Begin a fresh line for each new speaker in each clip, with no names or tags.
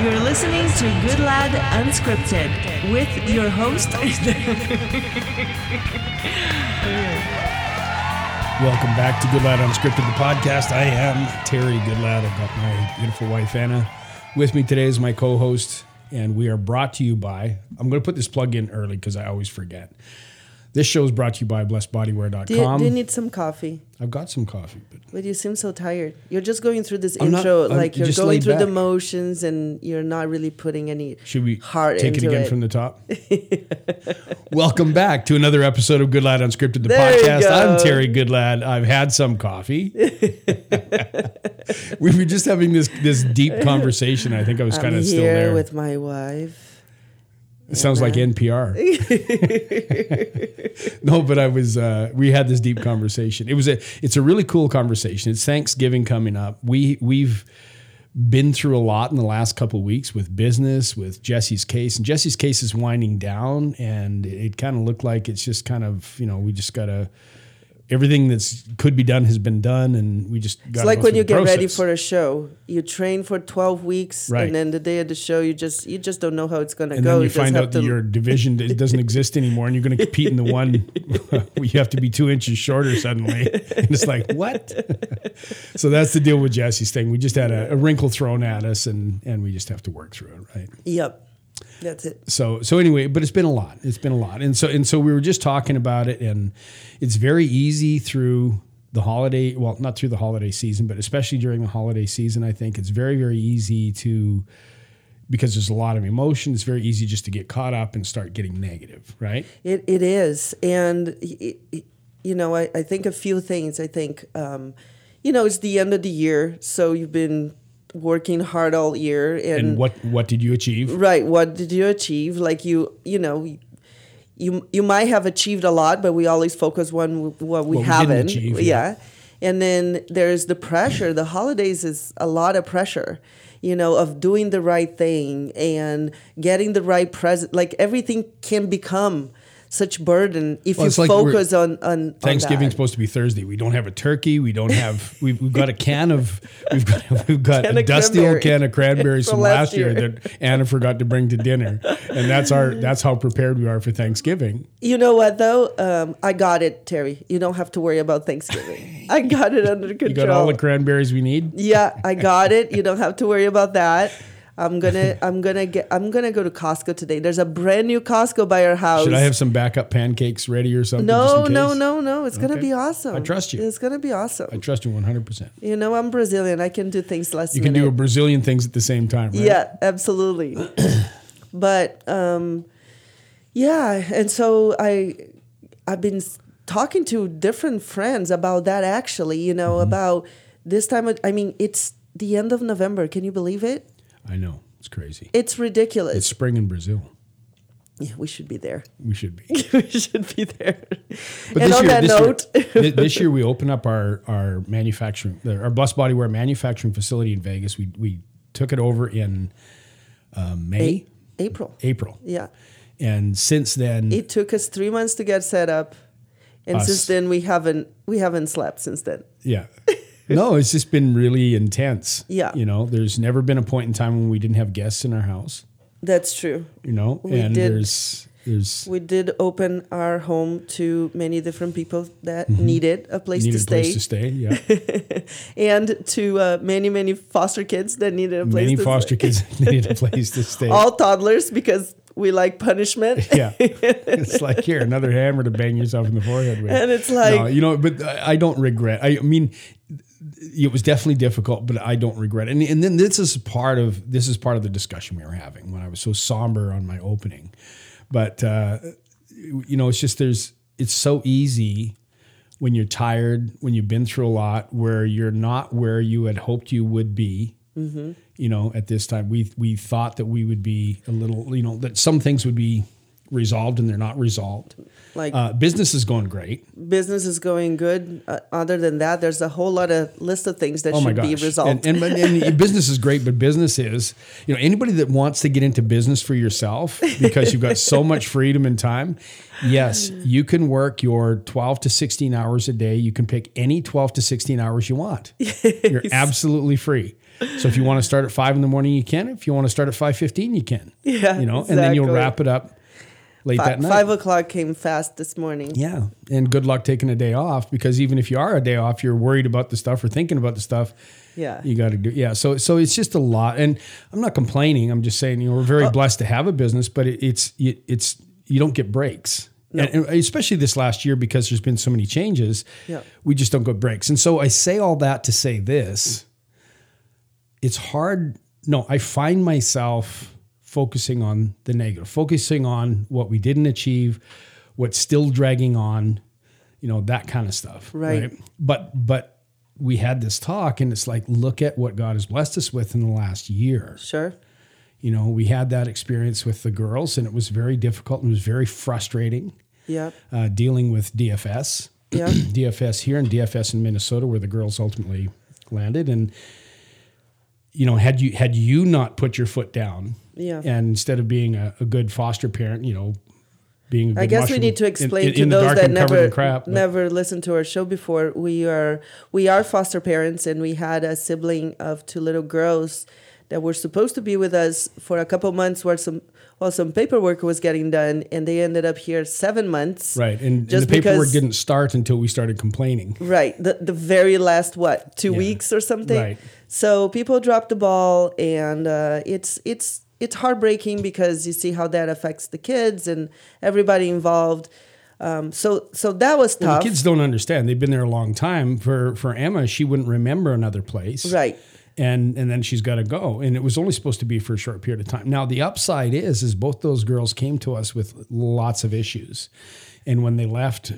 You're listening to Good Lad Unscripted with your host.
Welcome back to Good Lad Unscripted, the podcast. I am Terry Goodlad. I've got my beautiful wife, Anna, with me today as my co host, and we are brought to you by. I'm going to put this plug in early because I always forget. This show is brought to you by
Do you,
blessedbodyware.com.
do you need some coffee?
I've got some coffee, but
But you seem so tired. You're just going through this
I'm not-
intro,
I'm
like you're
just
going
laid
through the
back.
motions, and you're not really putting any
should we
heart
take it
into
again
it.
from the top? Welcome back to another episode of Good Lad Unscripted, the
There you
podcast. I'm
go.
Terry Goodlad. I've had some coffee. we were just having this this deep conversation. I think I was
I'm
kind of still
here
there.
with my wife.
It sounds like NPR. no, but I was. Uh, we had this deep conversation. It was a. It's a really cool conversation. It's Thanksgiving coming up. We we've been through a lot in the last couple of weeks with business, with Jesse's case, and Jesse's case is winding down, and it, kind of looked like it's just kind of you know we just gotta. Everything that's could be done has been done, and we just.
It's like when you get ready for a show. You train for 12 weeks,
Right.
and then the day of the show, you just you just don't know how it's going to
and
go.
then you
just
find
have
out
to-
that your division d- doesn't exist anymore, and you're going to compete in the one where you have to be two inches shorter suddenly. And it's like, what? so that's the deal with Jesse's thing. We just had a, a wrinkle thrown at us, and and we just have to work through it, right?
Yep, that's it.
so so anyway but it's been a lot it's been a lot and so and so we were just talking about it and it's very easy through the holiday well not through the holiday season but especially during the holiday season i think it's very very easy to because there's a lot of emotion it's very easy just to get caught up and start getting negative right
It, it is. And, y- y- you know, I, I think a few things. I think, um, you know, it's the end of the year, so you've been working hard all year. And,
and what what did you achieve
Right. What did you achieve? Like you, you know, you you might have achieved a lot, but we always focus on what we
What we didn't
haven't.
achieve, yeah.
yeah. And then there's the pressure. The holidays is a lot of pressure, you know, of doing the right thing and getting the right present. Like everything can become such burden if
Well,
you
it's like we're-
focus on on
Thanksgiving's
On that.
supposed to be Thursday. We don't have a turkey. We don't have. We've, we've got a can of. We've got. We've got
Can
a
of
dusty old
cranberry.
can of cranberries from,
From
last
last
year.
year.
that Anna forgot to bring to dinner, and that's our. That's how prepared we are for Thanksgiving.
You know what though? Um, I got it, Terry. You don't have to worry about Thanksgiving. I got it under control.
You got all the cranberries we need.
yeah i got it you don't have to worry about that i'm gonna i'm gonna get i'm gonna go to costco today there's a brand new costco by our house
Should I have some backup pancakes ready or something?
no
just in
no
case?
no no it's gonna
Okay.
be awesome
I trust you.
it's gonna be awesome
I trust you one hundred percent.
you know i'm brazilian i can do things less
You can do a Brazilian things at the same time, right?
yeah absolutely but um yeah and so i i've been s- talking to different friends about that actually you know
Mm-hmm.
about this time of, i mean it's the end of november can you believe it
I know it's crazy.
it's ridiculous
It's spring in Brazil.
Yeah, we should be there.
We should be.
we should be there.
But
and
this
on
year,
that
this
note,
year, thi- this year we open up our our manufacturing, our Blessed Bodywear manufacturing facility in Vegas. We we took it over in uh, May,
April.
April,
Yeah.
and since then,
It took us three months to get set up. And
Us.
since then we haven't we haven't slept since then.
yeah, no, it's just been really intense.
Yeah.
you know, there's never been a point in time when we didn't have guests in our house.
That's true.
You know,
We
and
did.
there's there's
We did open our home to many different people that needed a place
Mm-hmm. needed
to
a
stay
place to stay. Yeah,
and to uh, many many foster kids that needed a place
many
to
foster
stay.
kids needed a place to stay.
All toddlers because we like punishment.
yeah. It's like here another hammer to bang yourself in the forehead with.
And it's like-
no, you know, but I I don't regret. I mean, it was definitely difficult, but I don't regret. It. And and then this is part of this is part of the discussion we were having when I was so somber on my opening. But uh, you know, it's just there's it's so easy when you're tired, when you've been through a lot, where you're not where you had hoped you would be. You know, at this time, we we thought that we would be a little, you know, that some things would be resolved and they're not resolved.
Like
Uh, business is going great.
business is going good. Uh, other than that, there's a whole lot of list of things that
Oh my
should
gosh!
be resolved.
And, and, and, business is great, but business is you know anybody that wants to get into business for yourself because you've got so much freedom and time. Yes,
Mm.
you can work your twelve to sixteen hours a day. You can pick any twelve to sixteen hours you want. You're absolutely free. So if you want to start at five in the morning, you can. If you want to start at five fifteen, you can.
Yeah,
you know, and then you'll
exactly.
wrap it up late
Fi-
that night.
Five o'clock came fast this morning.
Yeah. And good luck taking a day off because even if you are a day off, you're worried about the stuff or thinking about the stuff.
Yeah.
You got to do. Yeah. So, so it's just a lot. And I'm not complaining. I'm just saying, you know, we're very blessed to have a business, but it, it's, it, it's, you don't get breaks. And, and especially this last year because there's been so many changes.
Yeah.
We just don't get breaks. And so I say all that to say this it's hard. No, I find myself focusing on the negative, focusing on what we didn't achieve, what's still dragging on, you know, that kind of stuff.
Right.
But, but we had this talk and it's like, look at what God has blessed us with in the last year
Sure.
you know, we had that experience with the girls, and it was very difficult and it was very frustrating
Yeah.
uh, dealing with DFS.
Yeah.
DFS here and DFS in Minnesota, where the girls ultimately landed. And you know, had you had you not put your foot down,
Yeah.
and instead of being a, a good foster parent, you know, being a good
I guess we
mushroom
need to
in-
explain
in- in the
to those
dark
that
and covered
never
in crap, but-
never listened to our show before. We are we are foster parents, and we had a sibling of two little girls that were supposed to be with us for a couple months, while some while some paperwork was getting done, and they ended up here seven months.
right. And, and
just
the paperwork
because-
didn't start until we started complaining.
Right. The the very last what two
Yeah.
weeks or something.
Right.
So people drop the ball, and uh, it's it's it's heartbreaking because you see how that affects the kids and everybody involved. Um, so so that was
Well,
tough.
the kids don't understand. They've been there a long time. For for Emma, she wouldn't remember another place.
Right.
And and then she's got to go. And it was only supposed to be for a short period of time. Now the upside is is both those girls came to us with lots of issues. And when they left,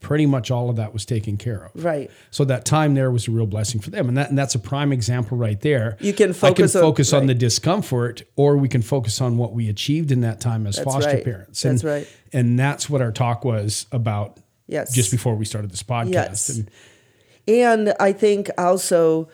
pretty much all of that was taken care of.
Right.
So that time there was a real blessing for them. And that and that's a prime example right there.
You can focus
I
on-
can focus on,
right.
the discomfort or we can focus on what we achieved in that time as
That's
foster
right.
parents.
That's
and,
right.
And that's what our talk was about
Yes.
just before we started this podcast.
Yes.
And
and I think also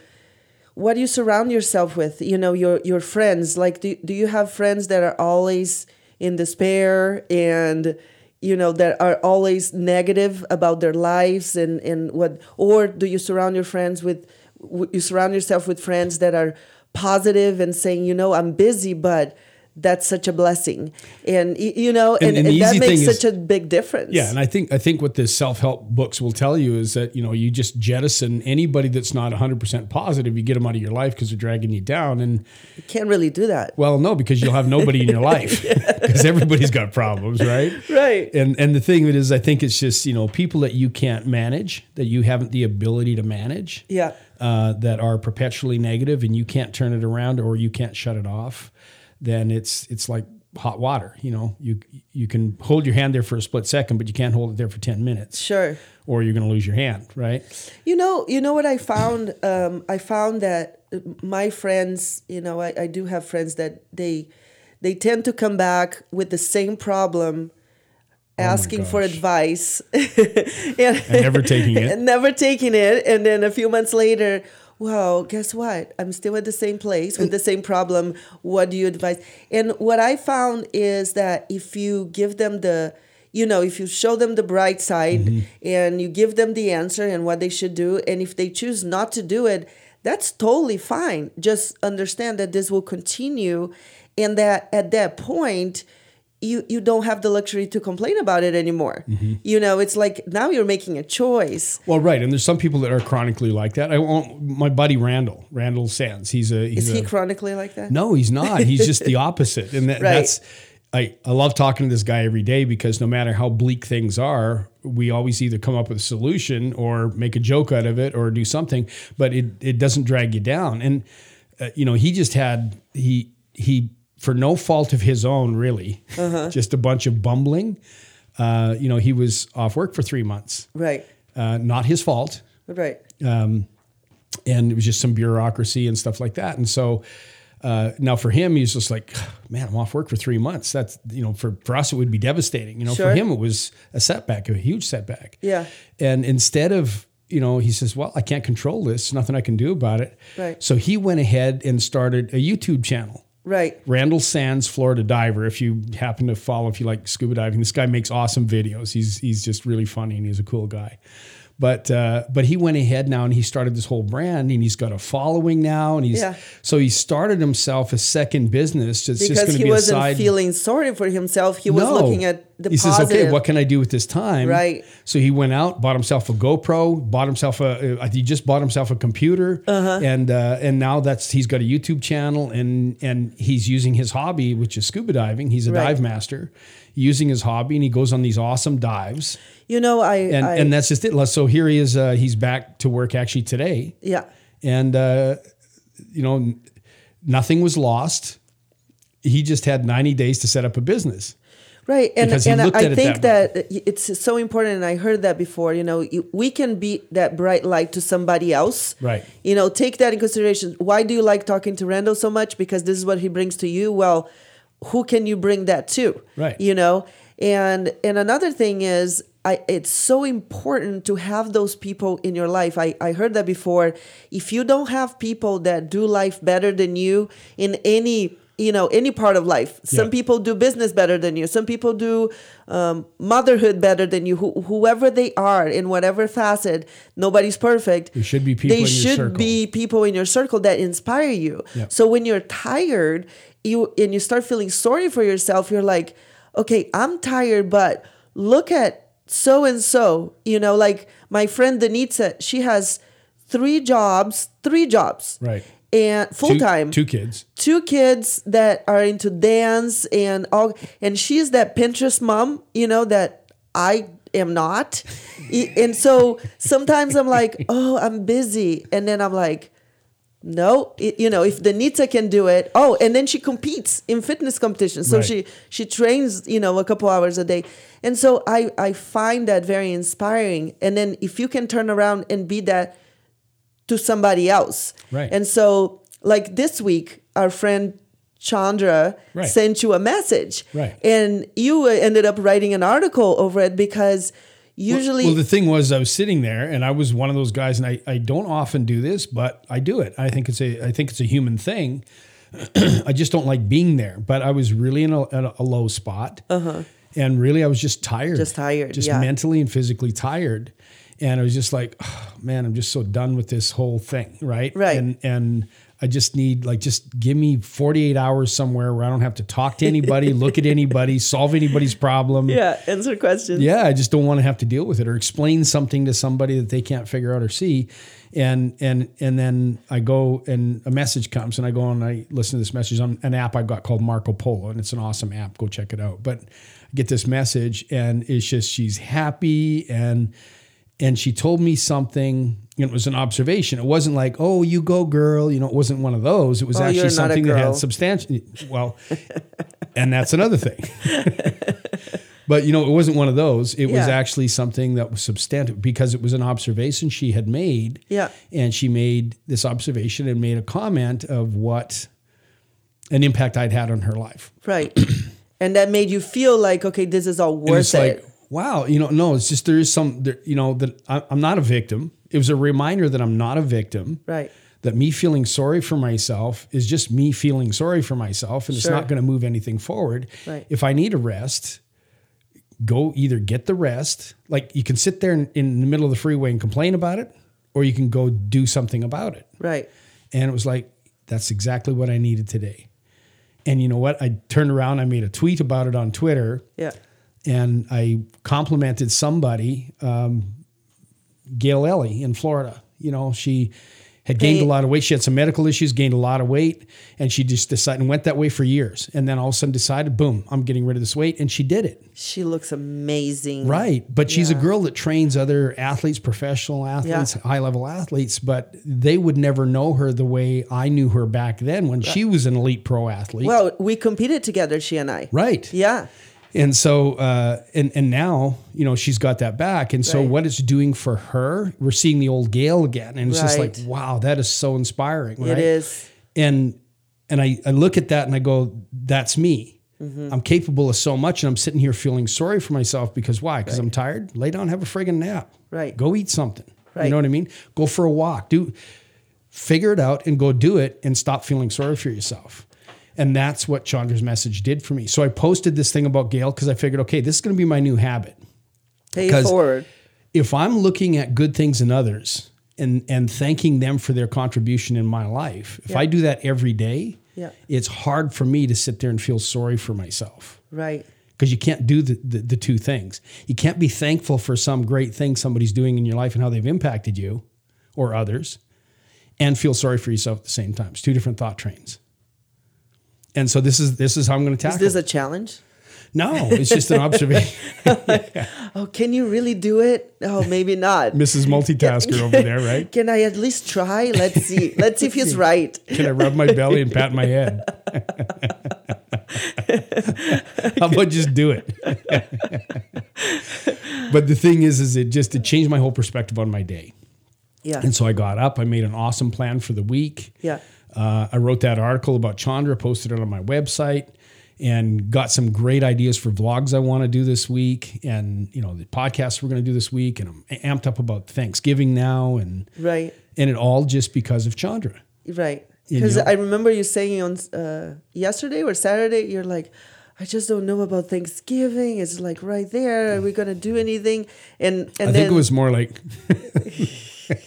what you surround yourself with. You know, your your friends. Like, do do you have friends that are always in despair and you know that are always negative about their lives and and what? Or do you surround your friends with w- you surround yourself with friends that are positive and saying, you know, I'm busy, but that's such a blessing and y- you know and,
And- and the
and that
easy
makes
thing is-
such a big difference
yeah, and I think I think what the self-help books will tell you is that, you know, you just jettison anybody that's not 100% positive, you get them out of your life because they're dragging you down and
you can't really do that
Well, no, because you'll have nobody in your life because everybody's got problems, right?
Right.
And and the thing of it is, I think it's just you know people that you can't manage, that you haven't the ability to manage,
Yeah.
uh, that are perpetually negative, and you can't turn it around or you can't shut it off. Then it's it's like hot water. You know, you you can hold your hand there for a split second, but you can't hold it there for ten minutes,
sure
or you're going to lose your hand, right?
You know, you know what I found. Um, I found that my friends, you know, I, I do have friends that they they tend to come back with the same problem, asking for
Oh gosh.
advice, and,
And never taking it.
and never taking it, and then a few months later. Well, guess what? I'm still at the same place with the same problem. What do you advise? And what I found is that if you give them the, you know, if you show them the bright side and you give them the answer and what they should do, and if they choose not to do it, that's totally fine. Just understand that this will continue and that at that point, you, you don't have the luxury to complain about it anymore. You know, it's like now you're making a choice.
Well, right, and there's some people that are chronically like that. I won't. My buddy Randall, Randall Sands, he's a he's
Is
a,
he chronically like that?
No, he's not. He's just the opposite. And that,
Right.
that's, I, I love talking to this guy every day because no matter how bleak things are, we always either come up with a solution or make a joke out of it or do something, but it, it doesn't drag you down. And, uh, you know, he just had, he, he, for no fault of his own, really,
Uh-huh.
just a bunch of bumbling. Uh, you know, he was off work for three months.
Right,
Uh, not his fault
right.
and it was just some bureaucracy and stuff like that. And so uh, now for him, he's just like, man, I'm off work for three months. That's you know, for for us, it would be devastating. You know,
Sure.
for him, it was a setback, a huge setback.
Yeah.
And instead of you know, he says, well, I can't control this. Nothing I can do about it.
Right.
So he went ahead and started a YouTube channel.
Right.
Randall Sands, Florida diver. If you happen to follow, if you like scuba diving, this guy makes awesome videos. He's he's just really funny and he's a cool guy. But uh, but he went ahead now and he started this whole brand and he's got a following now and he's
Yeah.
so he started himself a second business. It's just
because
going to
he
be a
wasn't
side.
feeling sorry for himself. He was looking at the
he
positive.
says, "Okay, what can I do with this time?"
Right.
So he went out, bought himself a GoPro, bought himself a uh, he just bought himself a computer,
Uh-huh.
and uh, and now that's he's got a YouTube channel, and and he's using his hobby, which is scuba diving. He's a
Right.
dive master, using his hobby, and he goes on these awesome dives,
you know, I,
and
I
and that's just it. So here he is. Uh, he's back to work actually today
yeah,
and uh, you know n- nothing was lost he just had 90 days to set up a business
right. And
Because he
and
looked at
I
it
think
that
that, it's so important. And I heard that before. You know, you- we can be that bright light to somebody else.
Right.
You know, take that in consideration. Why do you like talking to Randall so much? Because this is what he brings to you. Well, who can you bring that to?
Right.
You know, and and another thing is. I, it's so important to have those people in your life. I, I heard that before. If you don't have people that do life better than you in any you know any part of life, some
Yeah.
people do business better than you. Some people do um, motherhood better than you. Who whoever they are in whatever facet, nobody's perfect
There should be people
they
in your
should
circle.
be people in your circle that inspire you
Yeah.
so when you're tired you and you start feeling sorry for yourself you're like okay i'm tired but look at so and so you know like my friend denitsa she has three jobs three jobs
Right.
and
Two-
full time
two kids
two kids that are into dance and all and she's that pinterest mom you know that i am not E- and so sometimes i'm like oh i'm busy and then i'm like no it, you know if danita can do it oh and then she competes in fitness competitions so
Right.
she she trains you know a couple hours a day and so i i find that very inspiring and then if you can turn around and be that to somebody else.
Right.
And so, like this week, our friend Chandra
Right.
sent you a message.
Right.
And you uh, ended up writing an article over it because usually,
well the thing was i was sitting there and i was one of those guys and i, I don't often do this but i do it i think it's a i think it's a human thing i just don't like being there but i was really in a, at a, a low spot and really i was just tired
Uh-huh. Just tired,
just
yeah.
mentally and physically tired and i was just like "Oh, man i'm just so done with this whole thing right
Right.
and and i just need like just give me 48 hours somewhere where i don't have to talk to anybody look at anybody solve anybody's problem
yeah, answer questions.
yeah, I just don't want to have to deal with it or explain something to somebody that they can't figure out or see. And and and then I go and a message comes and I go and I listen to this message on an app I've got called Marco Polo and it's an awesome app. Go check it out. But I get this message and it's just she's happy and and she told me something. and It was an observation. It wasn't like, "Oh, you go, girl." You know, it wasn't one of those. It was
Oh, you're
actually
not a
something that had
girl.
substantial. Well, and that's another thing. But you know, it wasn't one of those. It was
Yeah.
actually something that was substantive because it was an observation she had made.
Yeah.
And she made this observation and made a comment of what an impact I'd had on her life.
Right. and that made you feel like, okay, this is all
And
worth
it's like,
it.
wow, you know, no, it's just there is some, there, you know, that I, I'm not a victim. It was a reminder that I'm not a victim.
right.
That me feeling sorry for myself is just me feeling sorry for myself, and it's
Sure.
not going to move anything forward.
Right.
If I need a rest, go either get the rest, like you can sit there in, in the middle of the freeway and complain about it, or you can go do something about it.
Right.
And it was like, that's exactly what I needed today. And you know what? I turned around, I made a tweet about it on Twitter
Yeah.
and I complimented somebody, um, Gail Ellie in Florida. You know, she had gained
Hey.
a lot of weight. She had some medical issues, gained a lot of weight, and she just decided and went that way for years. And then all of a sudden decided, boom, I'm getting rid of this weight, and she did it.
She looks amazing.
Right. But she's a
Yeah.
girl that trains other athletes, professional athletes,
Yeah.
high level athletes, but they would never know her the way I knew her back then when she was an elite pro athlete.
Well, we competed together, she and I.
right.
Yeah.
And so, uh, and and now you know she's got that back, and so
Right.
what it's doing for her, we're seeing the old Gail again, and it's
Right.
just like, wow, that is so inspiring.
It
right?
is.
And and I I look at that and I go, that's me.
Mm-hmm.
I'm capable of so much, and I'm sitting here feeling sorry for myself because why? Because I'm tired. Lay down, have a friggin' nap.
Right.
Go eat something. You
Right.
know what I mean? Go for a walk. Do figure it out and go do it and stop feeling sorry for yourself. And that's what Chandra's message did for me. So I posted this thing about Gail because I figured, okay, this is going to be my new habit.
Pay
'Cause-
forward.
if I'm looking at good things in others and and thanking them for their contribution in my life, if I do that every day,
Yeah.
it's hard for me to sit there and feel sorry for myself
Right.
because you can't do the, the, the two things. You can't be thankful for some great thing somebody's doing in your life and how they've impacted you or others and feel sorry for yourself at the same time. It's two different thought trains. And so this is this is how I'm going to
Is
tackle.
this a
it.
challenge?
no, it's just an observation.
Oh, can you really do it? Oh, maybe not.
Mrs. Multitasker over there, right?
Can I at least try? Let's see. Let's see if he's right.
Can I rub my belly and pat my head? How about just do it? but the thing is, is it just it changed my whole perspective on my day.
Yeah.
And so I got up. I made an awesome plan for the week.
Yeah.
Uh, I wrote that article about Chandra, posted it on my website, and got some great ideas for vlogs I want to do this week, and you know the podcasts we're going to do this week, and I'm amped up about Thanksgiving now, and
Right.
and it all just because of Chandra.
Right.
You
Because
know?
I remember you saying on uh, yesterday or Saturday, you're like, I just don't know about Thanksgiving. It's like right there. Are we gonna do anything? And and
I
then
think it was more like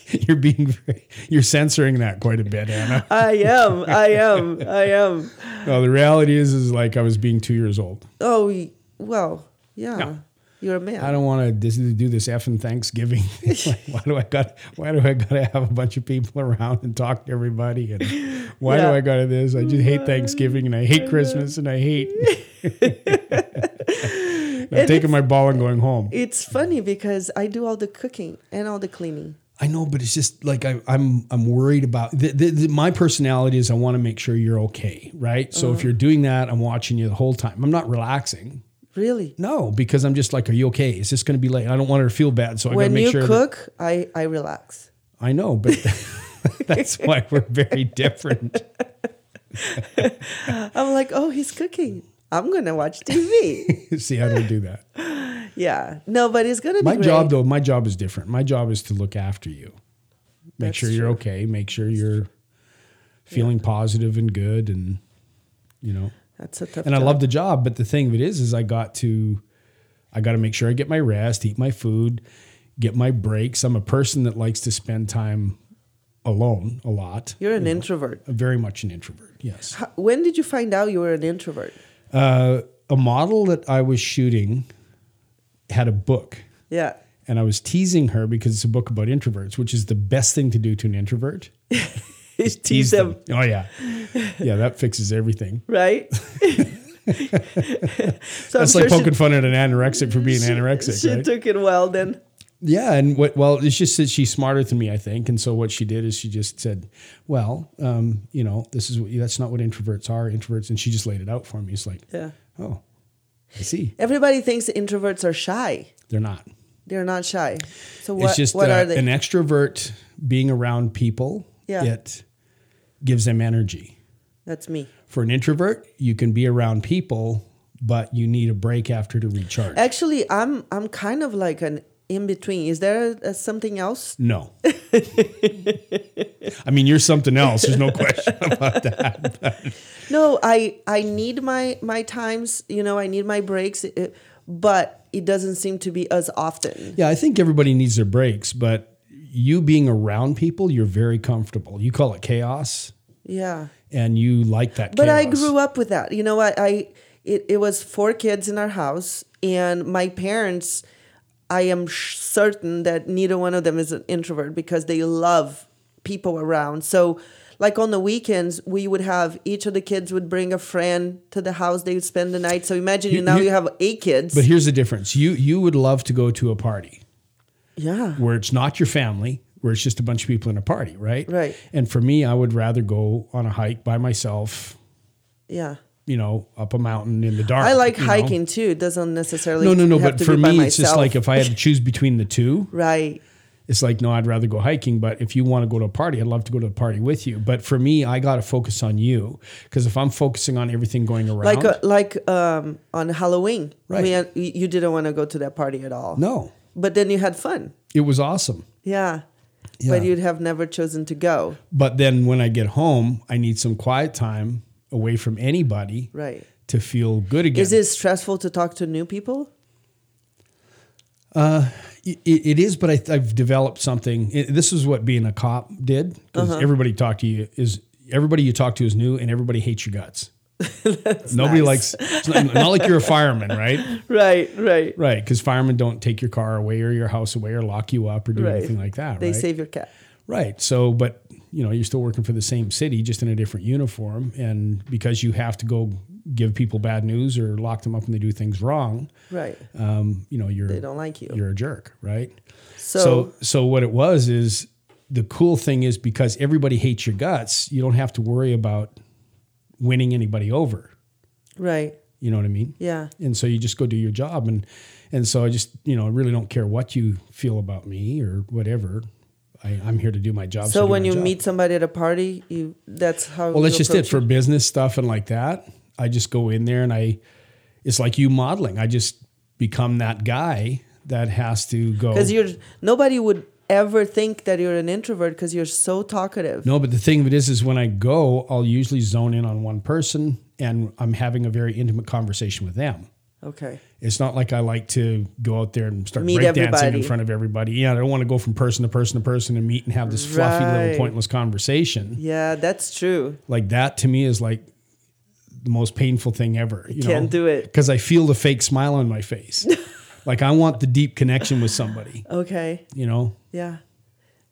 you're being very, you're censoring that quite a bit, Anna.
I am. I am. I am.
No, the reality is is like I was being two years old.
Oh y- well, yeah. You're a man.
I don't want to do this effing Thanksgiving. like, why do I got? Why do I got to have a bunch of people around and talk to everybody? And why
Yeah.
do I got to this? I just hate Thanksgiving and I hate Christmas and I hate. I'm taking my ball and going home.
It's funny because I do all the cooking and all the cleaning.
I know, but it's just like I, I'm. I'm worried about th th th- my personality. Is I want to make sure you're okay, right? So
Uh-huh.
if you're doing that, I'm watching you the whole time. I'm not relaxing.
Really.
No, because I'm just like, are you okay? Is this going to be late? I don't want her to feel bad, so I got to
When
make
you
sure. that-
cook, I I relax.
I know, but that's why we're very different.
I'm like, oh, he's cooking. I'm gonna watch TV.
See, I don't do that.
yeah. No, but it's gonna be
My
great.
job, though, my job is different. My job is to look after you, make sure you're okay, make sure you're feeling positive and good, and you know.
That's a tough.
and I
job.
love the job. But the thing of it is, is I got to, I got to make sure I get my rest, eat my food, get my breaks. I'm a person that likes to spend time alone a lot.
You're an introvert.
I'm very much an introvert. Yes.
How- When did you find out you were an introvert?
Uh, a model that I was shooting had a book,
Yeah.
and I was teasing her because it's a book about introverts, which is the best thing to do to an introvert.
Tease them,
Oh yeah, yeah. That fixes everything.
right? so
That's
I'm
like
sure
poking fun at an anorexic for being
she,
anorexic.
she
right?
took it well then.
Yeah, and what? Well, it's just that she's smarter than me, I think. And so what she did is she just said, "Well, um, you know, this is what, that's not what introverts are. Introverts," and she just laid it out for me. It's like,
Yeah.
oh, I see.
Everybody thinks that introverts are shy.
They're not.
They're not shy. So what?
it's just
what
uh,
are they?
an extrovert being around people.
Yeah.
It gives them energy.
That's me.
For an introvert, you can be around people, but you need a break after to recharge.
Actually, I'm I'm kind of like an in between. Is there uh something else?
No. I mean, you're something else. There's no question.
No, I I need my my times. You know, I need my breaks, uh, but it doesn't seem to be as often.
Yeah, I think everybody needs their breaks, but you being around people, you're very comfortable. You call it chaos,
Yeah.
and you like that.
But
chaos.
I grew up with that. You know, I, I it, it was four kids in our house, and my parents, I am sh- certain that neither one of them is an introvert because they love people around. So, like on the weekends, we would have each of the kids would bring a friend to the house. They would spend the night. So imagine you, now
you-
you have eight kids.
But here's the difference: you you would love to go to a party
yeah,
where it's not your family, where it's just a bunch of people in a party, right?
Right.
And for me, I would rather go on a hike by myself.
yeah.
You know, up a mountain in the dark.
I like
you know.
hiking too. It doesn't necessarily
No, no, no.
have
But
to
for
be by
me, it's just
myself.
like if I had to choose between the two,
right.
it's like no i'd rather go hiking but if you want to go to a party i'd love to go to a party with you but for me i gotta focus on you because if i'm focusing on everything going around
like uh like um, on Halloween.
Right.
We had, y- you didn't want to go to that party at all.
no
But then you had fun.
it was awesome
Yeah.
Yeah.
But you'd have never chosen to go.
but then when i get home i need some quiet time away from anybody
Right.
to feel good again
Is it stressful to talk to new people?
It, it is, but I, I've developed something. It, this is what being a cop did because
Uh-huh.
everybody talked to you is everybody you talk to is new and everybody hates your guts. Nobody likes. It's not, not like you're a fireman, right?
Right, right,
Right, because firemen don't take your car away or your house away or lock you up or do
right.
anything like that.
They
right?
save your cat.
Right. So, but you know, you're still working for the same city, just in a different uniform, and because you have to go give people bad news or lock them up when they do things wrong,
Right.
um, you know, you're
They don't like you.
You're a jerk, right?
So,
so, so what it was is the cool thing is because everybody hates your guts, you don't have to worry about winning anybody over.
right.
You know what I mean?
Yeah.
and so you just go do your job and and so i just you know i really don't care what you feel about me or whatever I, i'm here to do my job
So,
do
when
my
you
job.
meet somebody at a party, you that's how
well that's
you
just it
approach
for business stuff and like that i just go in there and i it's like you modeling i just become that guy that has to go
because you're nobody would ever think that you're an introvert because you're so talkative.
no but the thing of it is is when i go i'll usually zone in on one person and i'm having a very intimate conversation with them
Okay.
It's not like I like to go out there and start
Meet
breakdancing
everybody.
in front of everybody. Yeah, I don't want to go from person to person to person and meet and have this fluffy
Right.
little pointless conversation.
Yeah, that's true.
Like that to me is like the most painful thing ever. You
Can't do it.
Because I feel the fake smile on my face. like I want the deep connection with somebody,
Okay.
you know?
Yeah.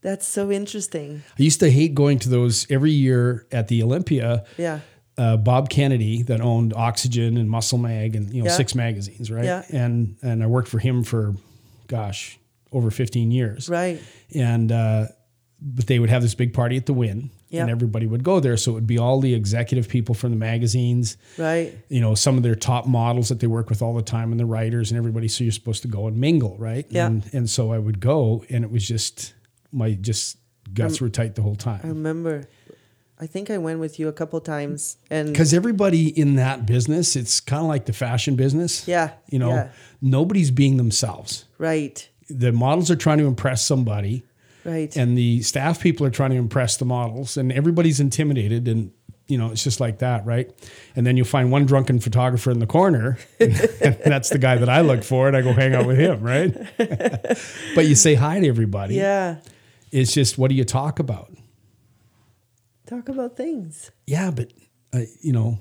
That's so interesting.
I used to hate going to those every year at the Olympia.
Yeah.
uh, Bob Kennedy that owned Oxygen and Muscle Mag and you know
Yeah.
six magazines, right?
Yeah.
And and I worked for him for, gosh, over fifteen years.
Right.
And uh, but they would have this big party at the Win,
Yeah.
and everybody would go there. So it would be all the executive people from the magazines,
Right.
you know, some of their top models that they work with all the time, and the writers and everybody. So you're supposed to go and mingle, right?
Yeah.
And and so I would go, and it was just my just guts were tight the whole
I
time.
remember. I think I went with you a couple times and
because everybody in that business, it's kind of like the fashion business.
Yeah,
You know,
yeah.
nobody's being themselves.
right.
The models are trying to impress somebody,
Right.
and the staff people are trying to impress the models, and everybody's intimidated. And, you know, it's just like that, right? And then you'll find one drunken photographer in the corner. And that's the guy that I look for, and I go hang out with him, right? but you say hi to everybody.
yeah.
It's just, what do you talk about?
Talk about things.
Yeah, but, uh, you know,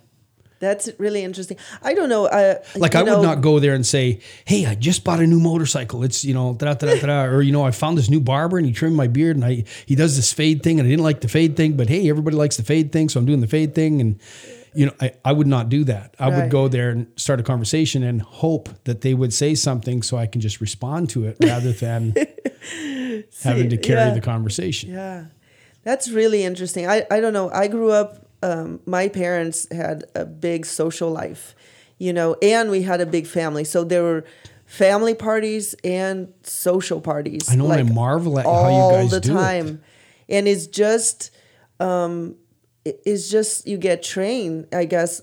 That's really interesting. I don't know. Uh,
Like
you
I would
know,
not go there and say, "Hey, I just bought a new motorcycle. It's you know, da da da da," or you know, I found this new barber and he trimmed my beard and I he does this fade thing and I didn't like the fade thing, but hey, everybody likes the fade thing, so I'm doing the fade thing and you know, I, I would not do that. I
Right.
would go there and start a conversation and hope that they would say something so I can just respond to it rather than having to carry
yeah.
the conversation.
Yeah, that's really interesting. I, I don't know. I grew up, um, my parents had a big social life, you know, and we had a big family. So there were family parties and social parties.
I know, and I marvel at how you guys do it.
And it's just, um, it- it's just, you get trained, I guess,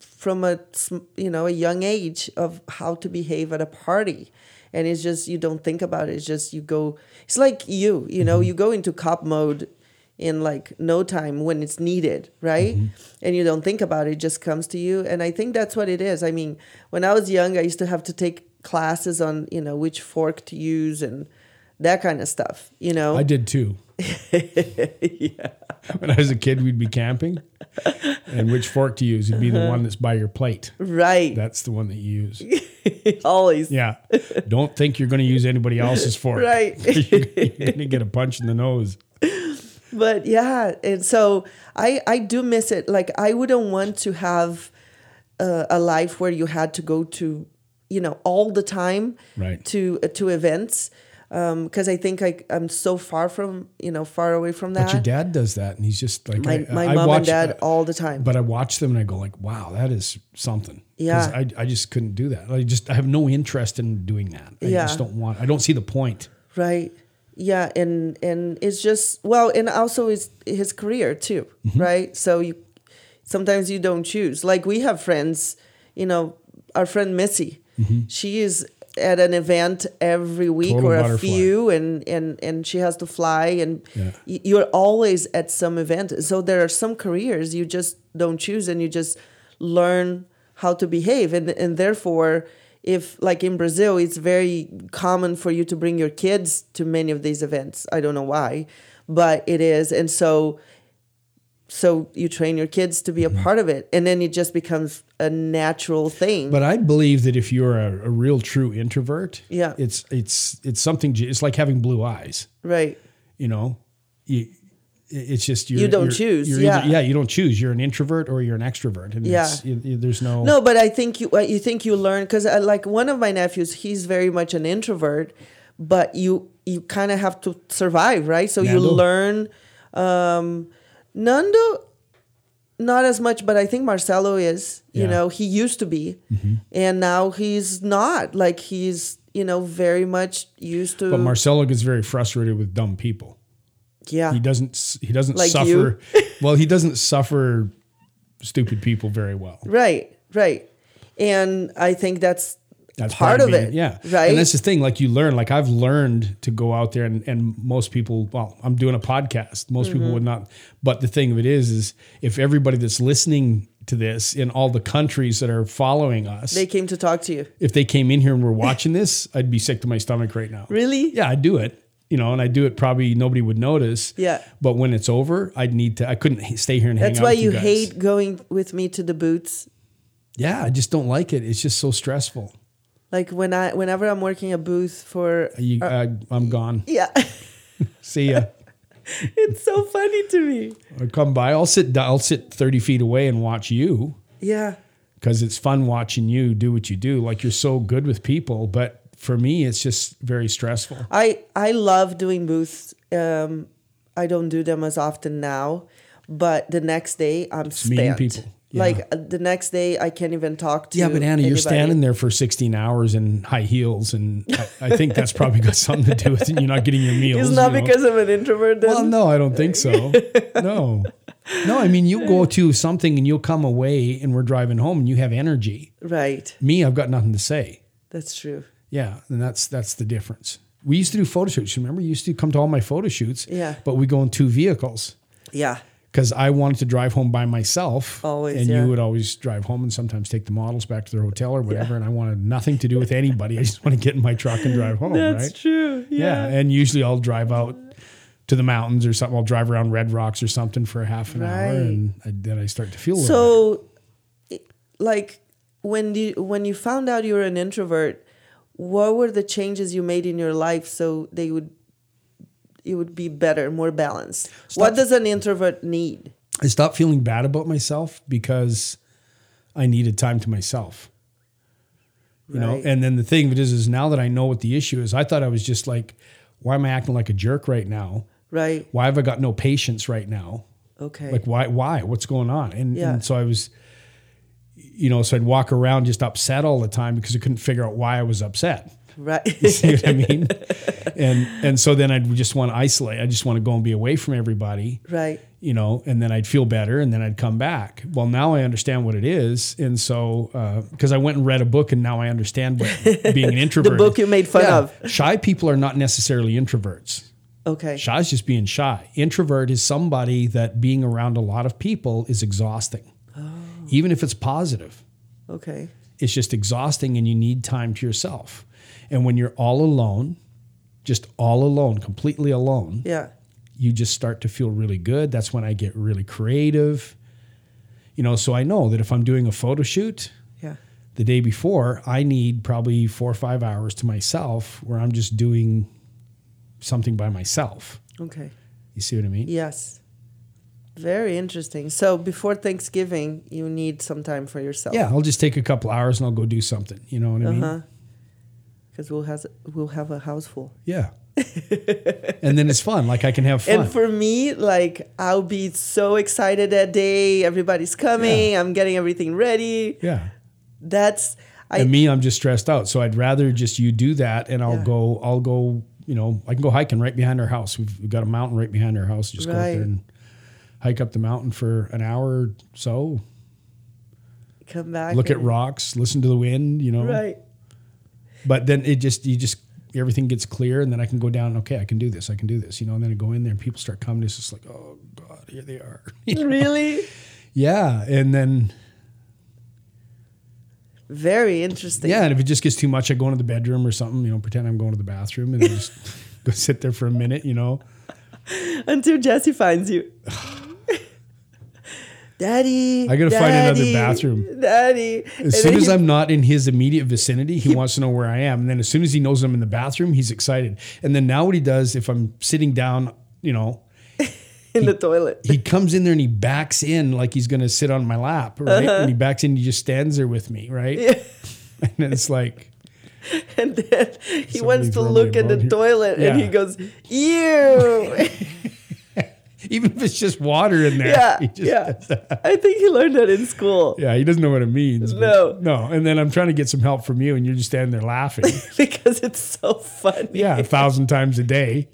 from a sm- you know a young age of how to behave at a party and it's just you don't think about it it's just you go it's like you you
Mm-hmm.
know you go into cop mode in like no time when it's needed right
Mm-hmm.
and you don't think about it it just comes to you and i think that's what it is i mean when i was young i used to have to take classes on you know which fork to use and that kind of stuff you know
I did too. When I was a kid, we'd be camping, and which fork to use would be
Uh-huh.
the one that's by your plate.
right
That's the one that you use.
always
Yeah. Don't think you're going to use anybody else's fork.
Right.
you're going to get a punch in the nose.
but yeah and so i i do miss it like i wouldn't want to have uh, a life where you had to go to you know all the time
Right.
to to events because i think I, i'm so far from you know far away from
But your
that
dad does that, and he's just like
Uh-huh. my,
I-
my
I uh,
mom
watch-
and dad all the time
But I watch them and I go like, "Wow, that is something." 'Cause
Yeah.
I, I just couldn't do that. I just I have no interest in doing that. I
Yeah.
just don't want. I don't see the point.
right yeah and and it's just well and also his his career too
Mm-hmm.
right so you sometimes you don't choose like we have friends you know our friend missy she is at an event every week
Mm-hmm. Total
or a
butterfly.
few and and and she has to fly and
Yeah.
y- you're always at some event so there are some careers you just don't choose and you just learn how to behave and and therefore if like in Brazil, it's very common for you to bring your kids to many of these events. I don't know why, but it is, and so so you train your kids to be a
Mm-hmm.
part of it, and then it just becomes a natural thing.
But I believe that if you're a, a real true introvert,
Yeah.
it's it's it's something. It's like having blue eyes.
right.
You know, you, it's just you're,
You don't
you're-
choose,
you're
yeah.
either- yeah, you don't choose. You're an introvert or you're an extrovert, and
Yeah.
it's, you, you- there's no
No, but I think you uh, you think you learn because uh, like one of my nephews, he's very much an introvert, but you you kind of have to survive, right? So you
Nando?
learn. Um, Nando, not as much, but I think Marcelo is. You
Yeah. Mm-hmm.
know, he used to be, and now he's not. Like he's you know very much used to.
But Marcelo gets very frustrated with dumb people.
yeah,
He doesn't. He doesn't
Like
suffer. well, he doesn't suffer stupid people very well.
right, right, and I think that's.
That's
part of
being-
it,
Yeah.
right?
And that's the thing. Like you learn, like I've learned to go out there and, and most people, well, I'm doing a podcast. Most people
Mm-hmm.
would not. But the thing of it is, is if everybody that's listening to this in all the countries that are following us,
They came to talk to you.
if they came in here and were watching this, I'd be sick to my stomach right now.
Really?
Yeah, I do it. You know, and I do it probably nobody would notice.
Yeah.
But when it's over, I'd need to. I couldn't h- stay here and hang
That's
out.
why
with
you
guys.
hate going with me to the boots
Yeah, I just don't like it. It's just so stressful.
like when i whenever i'm working a booth for
You, I, I'm gone.
yeah
See ya.
it's so funny to me
I come by. I'll sit. do- I'll sit thirty feet away and watch you
yeah
because it's fun watching you do what you do. Like you're so good with people, but for me, it's just very stressful.
i i love doing booths um i don't do them as often now but the next day i'm
meeting
spent
people. Yeah.
like uh, the next day i can't even talk to
Yeah, but Anna, you're
anybody.
standing there for 16 hours in high heels, and I, I think that's probably got something to do with it. You're not getting your meals.
it's not
you know.
because i'm an introvert then.
Well, no, I don't think so. No, no. I mean, you go to something and you'll come away, and we're driving home, and you have energy.
right
Me, I've got nothing to say.
that's true
Yeah, and that's that's the difference. We used to do photo shoots. Remember, you used to come to all my photo shoots.
Yeah.
But we go in two vehicles
yeah
because I wanted to drive home by myself.
Always,
And
yeah.
you would always drive home and sometimes take the models back to their hotel or whatever. And I wanted nothing to do with anybody. I just want to get in my truck and drive home.
that's
right?
true
Yeah.
yeah,
And usually I'll drive out to the mountains or something. I'll drive around Red Rocks or something for half an hour,
Right.
and I, then I start to feel. a little bit.
So, it- like when you when you found out you were an introvert, what were the changes you made in your life so they would it would be better, more balanced? What does an introvert need?
I stopped feeling bad about myself because I needed time to myself. You know,
Right.
and then the thing of it is, is now that I know what the issue is, I thought I was just like, why am I acting like a jerk right now?
Right.
Why have I got no patience right now?
Okay.
Like, why, why, what's going on? And,
Yeah.
and so I was, you know, so I'd walk around just upset all the time because I couldn't figure out why I was upset. You
right.
see what I mean? and, and so then I'd just want to isolate. I just want to go and be away from everybody
right.
you know, and then I'd feel better and then I'd come back. Well, now I understand what it is. And so, because I went and read a book and now I understand what being an introvert
The book
is.
you made fun
Yeah.
of.
Shy people are not necessarily introverts.
Okay.
Shy is just being shy. Introvert is somebody that being around a lot of people is exhausting,
Oh.
even if it's positive
Okay.
it's just exhausting and you need time to yourself. And when you're all alone, just all alone, completely alone,
Yeah.
you just start to feel really good. That's when I get really creative. You know, so I know that if I'm doing a photo shoot
Yeah.
the day before, I need probably four or five hours to myself where I'm just doing something by myself.
Okay.
You see what I mean?
Yes. Very interesting. So before Thanksgiving, you need some time for yourself.
Yeah, I'll just take a couple hours and I'll go do something. You know what I mean?
Uh-huh. Because we'll has we'll have a house full.
Yeah. and then it's fun. Like I can have fun.
And for me, like I'll be so excited that day. Everybody's coming. I'm getting everything ready.
yeah.
That's I
and me, I'm just stressed out. So I'd rather just you do that, and I'll
Yeah.
go. I'll go. You know, I can go hiking right behind our house. We've, we've got a mountain right behind our house. Just go up
Right.
there and hike up the mountain for an hour or so.
come back.
Look at
and-
rocks, listen to the wind. You know,
Right.
but then it just you just everything gets clear, and then I can go down. Okay, I can do this. I can do this. You know, and then I go in there, and people start coming. It's just like, oh God, here they are.
Really?
yeah, and then
Very interesting.
Yeah, and if it just gets too much, I go into the bedroom or something. You know, pretend I'm going to the bathroom and then just go sit there for a minute. You know,
Until Jesse finds you. Daddy.
I gotta find another
Daddy,
bathroom.
Daddy. And
as soon
then
as
he-
I'm not in his immediate vicinity, he, wants to know where I am. And then as soon as he knows I'm in the bathroom, he's excited. And then now what he does, if I'm sitting down, you know,
in the toilet.
he comes in there and he backs in like he's gonna sit on my lap, right?
Uh-huh.
And he backs in, he just stands there with me, right? and it's like,
And then he
Somebody's
wants to
rubbing
look
a
at the
bone here.
toilet and he
Yeah.
goes, Ew.
even if it's just water in there,
yeah.
he just
yeah.
does that.
I think he learned that in school.
Yeah, he doesn't know what it means. but-
No.
no. And then I'm trying to get some help from you, and you're just standing there laughing.
Because it's so funny.
yeah, a thousand times a day.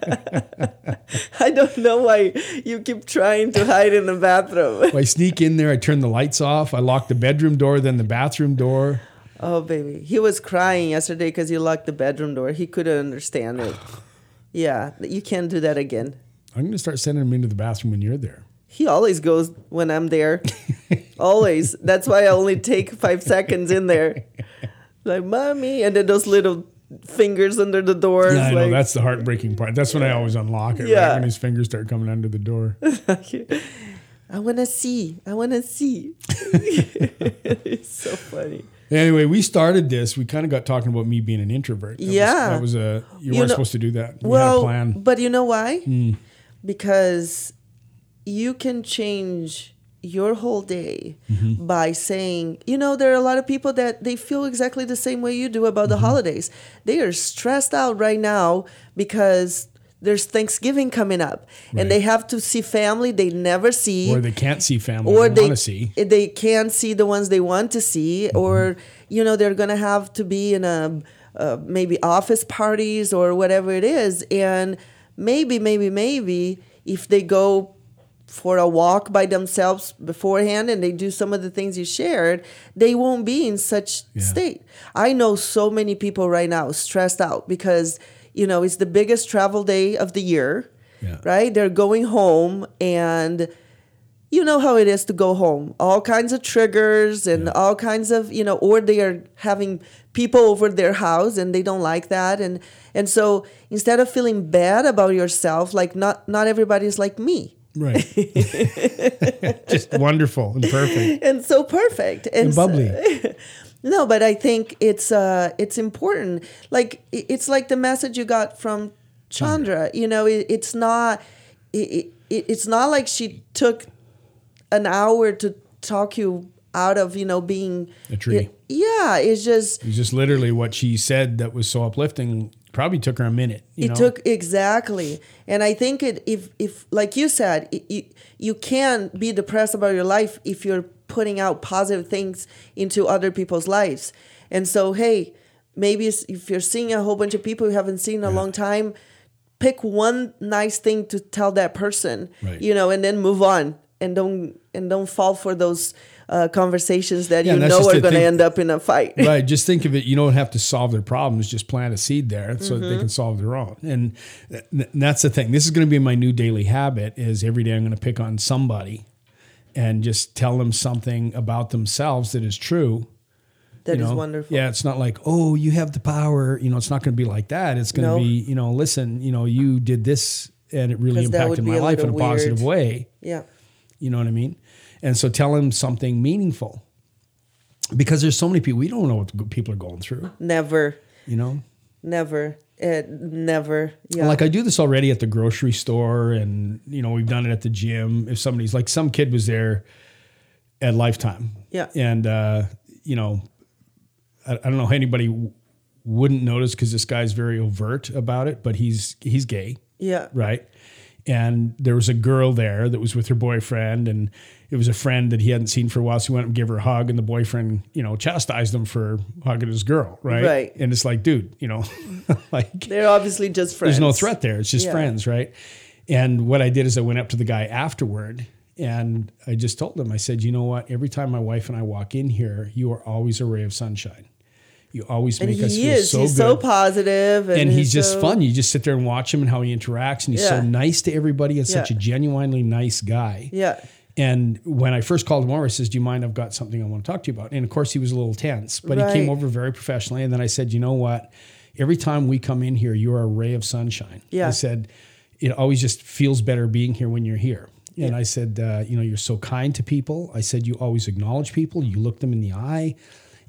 I don't know why you keep trying to hide in the bathroom.
I sneak in there, I turn the lights off, I lock the bedroom door, then the bathroom door.
Oh, baby. He was crying yesterday because you locked the bedroom door. He couldn't understand it. Yeah, you can't do that again.
I'm gonna start sending him into the bathroom when you're there.
He always goes when I'm there. always. That's why I only take five seconds in there. Like, mommy. And then those little fingers under the doors.
Yeah, I know
like,
that's the heartbreaking part. That's when I always unlock it, right?
Yeah.
When his fingers start coming under the door.
I want to see. I want to see. it's so funny.
anyway, we started this. We kind of got talking about me being an introvert. That was-
Yeah.
that was a you,
You
weren't
know-
supposed to do that. We had
well,
a plan. Hmm.
but you know why? Because you can change your whole day
Mm-hmm.
by saying, you know, there are a lot of people that they feel exactly the same way you do
Mm-hmm.
about the holidays. They are stressed out right now because there's Thanksgiving coming up
Right.
and they have to see family they never see
Or they can't see family
or
they
they
want to see. Mm-hmm.
they can see the ones they want to see, or you know they're gonna have to be in a uh, maybe office parties or whatever it is, and maybe maybe maybe if they go for a walk by themselves beforehand and they do some of the things you shared, they won't be in such
Yeah.
state. I know so many people right now stressed out because you know it's the biggest travel day of the year.
Yeah.
Right? They're going home and you know how it is to go home all kinds of triggers and all kinds of you know or they are having people over their house and they don't like that and and so instead of feeling bad about yourself like not not everybody's like me
Right. Just wonderful and perfect.
and so perfect and,
And
so-
bubbly.
no but i think it's uh it's important like i- it's like the message you got from chandra you know it, it's not it, it, it's not like she took an hour to talk you out of you know being
A tree.
yeah it's just
It's just literally what she said that was so uplifting. Probably took her a minute. You
it
know?
took exactly and i think it if if like you said it, you, you can be depressed about your life if you're putting out positive things into other people's lives and so hey maybe s- if you're seeing a whole bunch of people you haven't seen in a long time pick one nice thing to tell that person
Right.
you know and then move on and don't and don't fall for those uh, conversations that
Yeah,
you
and that's
know
just
are
the
going to
thing.
end up in a fight
right. Just think of it. You don't have to solve their problems. Just plant a seed there so
Mm-hmm.
that they can solve their own. And, th- th- that's the thing. This is going to be my new daily habit. Is every day I'm going to pick on somebody, and just tell them something about themselves that is true.
That is
you know?
wonderful
Yeah, it's not like, oh, you have the power. You know, it's not going to be like that. It's going to
No.
be, you know, listen, you know, you did this and it really
'Cause that
impacted
would
my
be a
life in a
little
positive
weird.
way.
yeah
You know what I mean? And so tell them something meaningful because there's so many people, we don't know what the people are going through,
never
you know?
Never. It never. Yeah.
Like I do this already at the grocery store and, you know, we've done it at the gym. If somebody's like, some kid was there at Lifetime.
Yeah.
And, uh, you know, I, I don't know how anybody w- wouldn't notice because this guy's very overt about it, but he's, he's gay.
yeah.
right? And there was a girl there that was with her boyfriend, and it was a friend that he hadn't seen for a while. So he went up and gave her a hug, and the boyfriend, you know, chastised him for hugging his girl, right?
Right.
And it's like, dude, you know, like
They're obviously just friends.
there's no threat there. It's just
Yeah.
friends, right? And what I did is I went up to the guy afterward and I just told him, I said, you know what? Every time my wife and I walk in here, you are always a ray of sunshine. You always
And
make us
he
feel
is.
so
he's
good
so positive. And,
and he's just
so-
fun. You just sit there and watch him and how he interacts, and he's so
Yeah.
nice to everybody and such a
Yeah.
genuinely nice guy.
Yeah.
And when I first called him over, I says, "Do you mind? I've got something I want to talk to you about." And of course, he was a little tense, but he came
Right.
over very professionally. And then I said, "You know what? Every time we come in here, you are a ray of sunshine."
Yeah.
I said, "It always just feels better being here when you're here." And I said, uh, "You know, you're so kind to people." I said, "You always acknowledge people. You look them in the eye."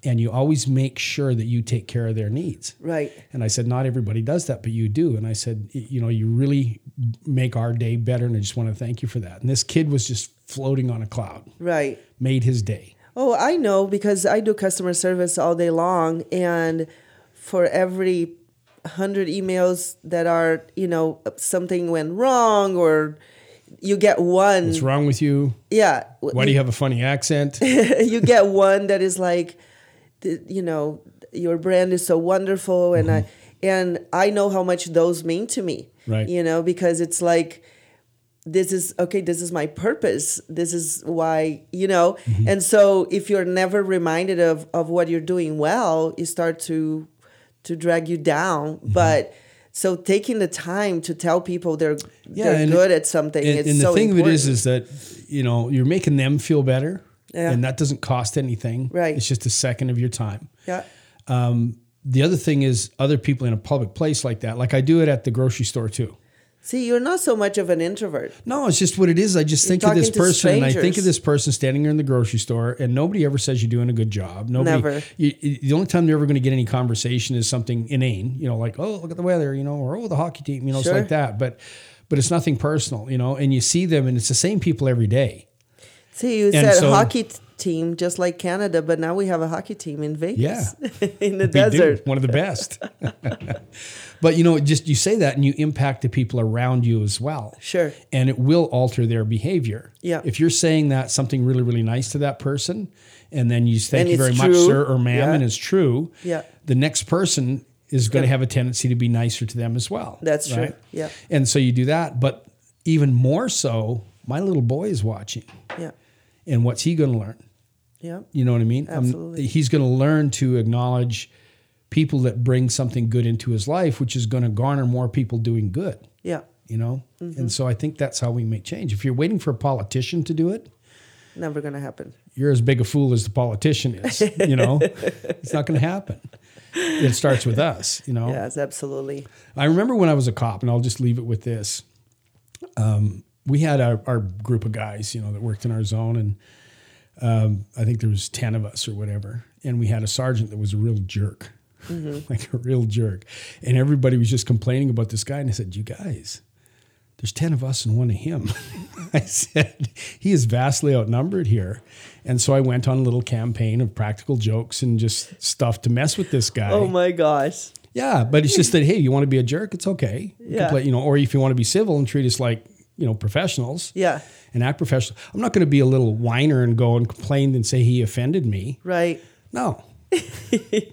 And you always make sure that you take care of their needs.
Right.
And I said, not everybody does that, but you do. And I said, y- you know, you really make our day better. And I just want to thank you for that. And this kid was just floating on a cloud,
Right.
made his day.
Oh, I know because I do customer service all day long, and for every hundred emails that are, you know, something went wrong or you get one,
What's wrong with you?
yeah,
Why do you have a funny accent?
you get one that is like, th- you know, your brand is so wonderful, and I and I know how much those mean to me,
Mm-hmm. Right.
You know, because it's like this is okay this is my purpose this is why you know
Mm-hmm.
and so if you're never reminded of of what you're doing well you start to to drag you down
Mm-hmm.
but so taking the time to tell people they're they're
and-
good at something
And,
it's
and the
so
thing of it
important.
is, is that, you know, you're making them feel better.
Yeah.
And that doesn't cost anything.
Right.
It's just a second of your time.
yeah
The other thing is other people in a public place like that. Like I do it at the grocery store too.
see you're not so much of an introvert
No, it's just what it is. I just think of
talking
this
to
person, and I think of
strangers.
this person standing here in the grocery store, and nobody ever says you're doing a good job. Nobody.
Never.
you- you- the only time they're ever going to get any conversation is something inane, you know, like oh look at the weather, you know, or oh the hockey team, you know, it's
Sure.
like that. But but it's nothing personal, you know. And you see them, and it's the same people every day.
see you said
so-
hockey t- team just like canada but now we have a hockey team in vegas in the
We do.
desert
one of the best. but you know, it just you say that, and you impact the people around you as well.
Sure.
and it will alter their behavior.
Yeah.
If you're saying that something really, really nice to that person, and then you thank
And
you
it's
very much,
true.
sir or ma'am,
Yeah.
and it's true,
Yeah.
the next person is going to have a tendency to be nicer to them as well.
That's true. Yeah.
And so you do that, but even more so, my little boy is watching,
yeah
and what's he going to learn?
yeah
You know what I mean? Um,
Absolutely.
he's going to learn to acknowledge people that bring something good into his life, which is going to garner more people doing good
yeah
you know? And so I think that's how we make change. If you're waiting for a politician to do it,
never gonna happen
you're as big a fool as the politician is, you know? it's not going to happen. It starts with us, you know?
yes absolutely
I remember when I was a cop, and I'll just leave it with this. Um, we had our, our group of guys, you know, that worked in our zone, and um, I think there was ten of us or whatever, and we had a sergeant that was a real jerk, like a real jerk, and everybody was just complaining about this guy, and I said, "You guys." There's 10 of us and one of him. I said, he is vastly outnumbered here. And so I went on a little campaign of practical jokes and just stuff to mess with this guy.
oh my gosh
Yeah, but it's just that hey, you want to be a jerk, it's okay. You,
Yeah.
can play, you know, or if you want to be civil and treat us like you know professionals,
Yeah.
and act professional. I'm not going to be a little whiner and go and complain and say he offended me.
right
No,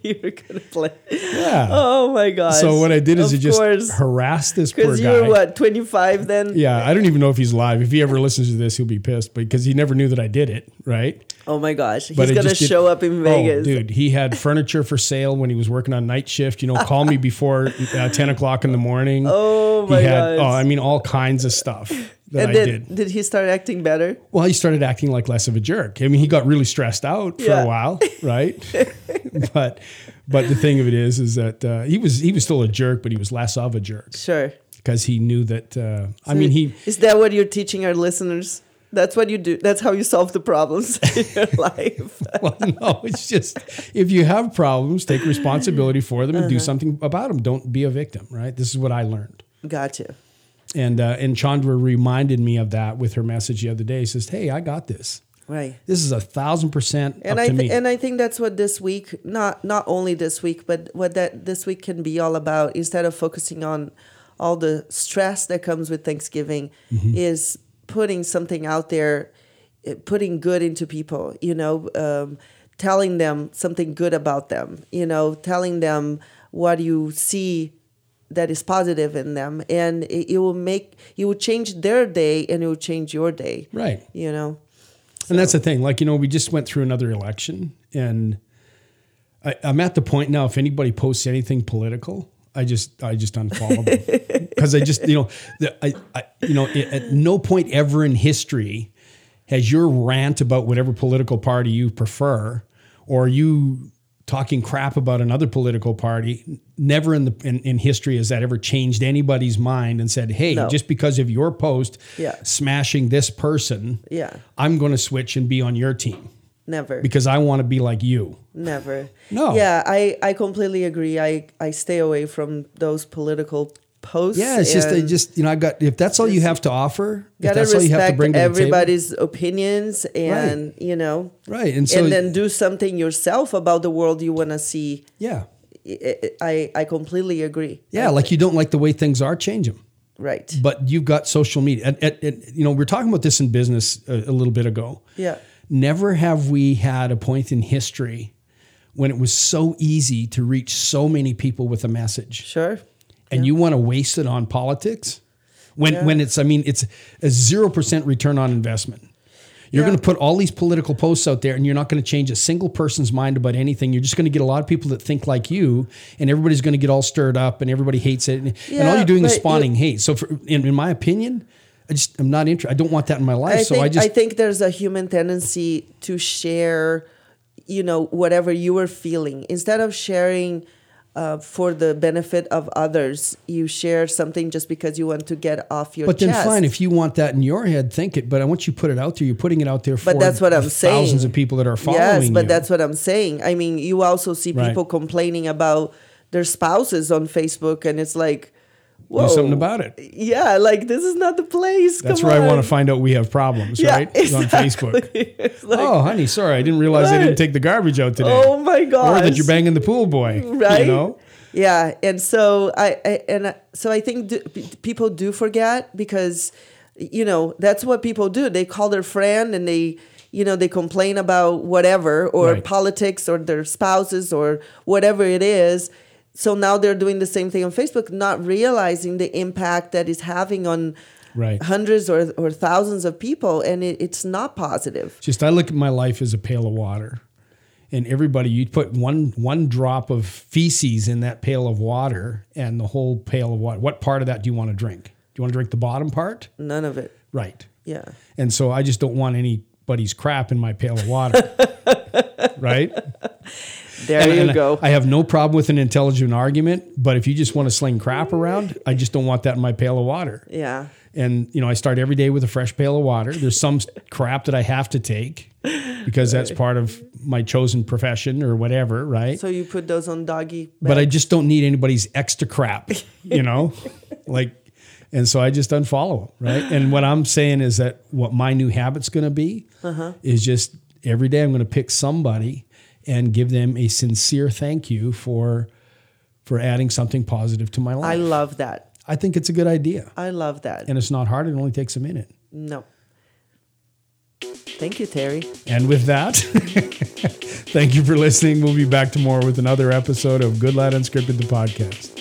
you're gonna play
yeah.
oh my gosh
so what I did is
Of
I just
course.
harassed this poor
Because
guy.
you're what, 25 then?
Yeah, I don't even know if he's live. If he ever listens to this, he'll be pissed because he never knew that I did it, right?
Oh my gosh. He's
But I
going to
just did-
show up in
Oh,
Vegas.
dude, he had furniture for sale when he was working on night shift. You know, call me before uh, ten o'clock in the morning. Oh
my
he had,
gosh.
Oh, I mean, all kinds of stuff that
and
I
then,
did.
he start acting better?
Well, he started acting like less of a jerk. I mean, he got really stressed out for
Yeah.
a while, right? but but the thing of it is, is that uh, he was he was still a jerk, but he was less of a jerk
Sure.
because he knew that. Uh, I mean, he
Is that what you're teaching our listeners? That's what you do. That's how you solve the problems in your life.
well, no, it's just if you have problems, take responsibility for them and
Uh-huh.
do something about them. Don't be a victim, right? This is what I learned.
Gotcha.
And uh, and Chandra reminded me of that with her message the other day. She says, "Hey, I got this.
Right.
This is a thousand percent
And
up
I
to me."
th- and I think that's what this week not not only this week but what that this week can be all about instead of focusing on all the stress that comes with Thanksgiving
Mm-hmm.
is putting something out there eh, putting good into people you know um, telling them something good about them you know telling them what you see that is positive in them and it, it will make it will change their day and it will change your day
right.
you know
And that's the thing. Like you know, we just went through another election, and I, I'm at the point now. If anybody posts anything political, I just I just unfollow them because I just you know the, I, I you know it, at no point ever in history has your rant about whatever political party you prefer, or you talking crap about another political party, never in the in, in history has that ever changed anybody's mind and said, "Hey,
No.
just because of your post
Yeah.
smashing this person,
Yeah.
I'm going to switch and be on your team
Never.
because I want to be like you."
Never.
No.
Yeah, I, I completely agree. I, I stay away from those political posts.
Yeah, it's just they
and
just you know I've got if that's all you have to offer, if
gotta
that's all
respect
you have to bring to the table,
everybody's opinions and you know
right? And so
and then do something yourself about the world you want to see.
yeah,
I, I I completely agree.
yeah, like you don't like the way things are, change them.
Right.
But you've got social media, and, and, and, you know we we're talking about this in business a, a little bit ago.
Yeah.
Never have we had a point in history when it was so easy to reach so many people with a message.
Sure.
and you want to waste it on politics when
Yeah.
when it's I mean it's a zero percent return on investment. You're
Yeah.
going to put all these political posts out there, and you're not going to change a single person's mind about anything. You're just going to get a lot of people that think like you, and everybody's going to get all stirred up, and everybody hates it, and, and all
Yeah,
you're doing is
but you-
spawning hate. So, for, in, in my opinion, I just I'm not interested. I don't want that in my life.
I
so
think,
I just
think there's a human tendency to share, you know, whatever you are feeling instead of sharing uh, for the benefit of others. You share something just because you want to get off your.
But then,
chest.
fine. If you want that in your head, think it. But I want you put it out there. You're putting it out there for
But that's what I'm saying.
thousands of people that are following
Yes, but
you.
that's what I'm saying. I mean, you also see
Right.
people complaining about their spouses on Facebook, and it's like, whoa,
something about it.
Yeah, like this is not the place.
That's
Come
where I want
on.
to find out we have problems,
Yeah,
right? It's On Facebook.
It's like,
oh, honey, sorry, I didn't realize I didn't
Right.
take the garbage out today.
oh my
Or
god,
that you're banging the pool boy,
right?
You know,
Yeah, and so I, I and I- so I think do, p- people do forget because you know that's what people do. They call their friend and they you know they complain about whatever or
Right.
politics or their spouses or whatever it is. So now they're doing the same thing on Facebook, not realizing the impact that is having on
Right.
hundreds or, or thousands of people, and it, it's not positive.
just I look at my life as a pail of water, and everybody, you put one one drop of feces in that pail of water, and the whole pail of water. What part of that do you want to drink? Do you want to drink the bottom part?
None of it.
Right.
Yeah.
And so I just don't want anybody's crap in my pail of water. right.
There
And-
you
and I-
go.
I have no problem with an intelligent argument, but if you just want to sling crap around, I just don't want that in my pail of water.
yeah.
And you know, I start every day with a fresh pail of water. There's some s- crap that I have to take because that's part of my chosen profession or whatever, right?
So you put those on doggy.
but I just don't need anybody's extra crap, you know? like and so I just unfollow them, right? And what I'm saying is that what my new habit's going to be is just every day I'm going to pick somebody and give them a sincere thank you for for adding something positive to my
I
life.
love that.
I, think it's a good idea
I love that.
and it's not hard, it only takes a minute.
no. Thank you, Terry.
And with that, thank you for listening. We'll be back tomorrow with another episode of Good Lad Unscripted the podcast.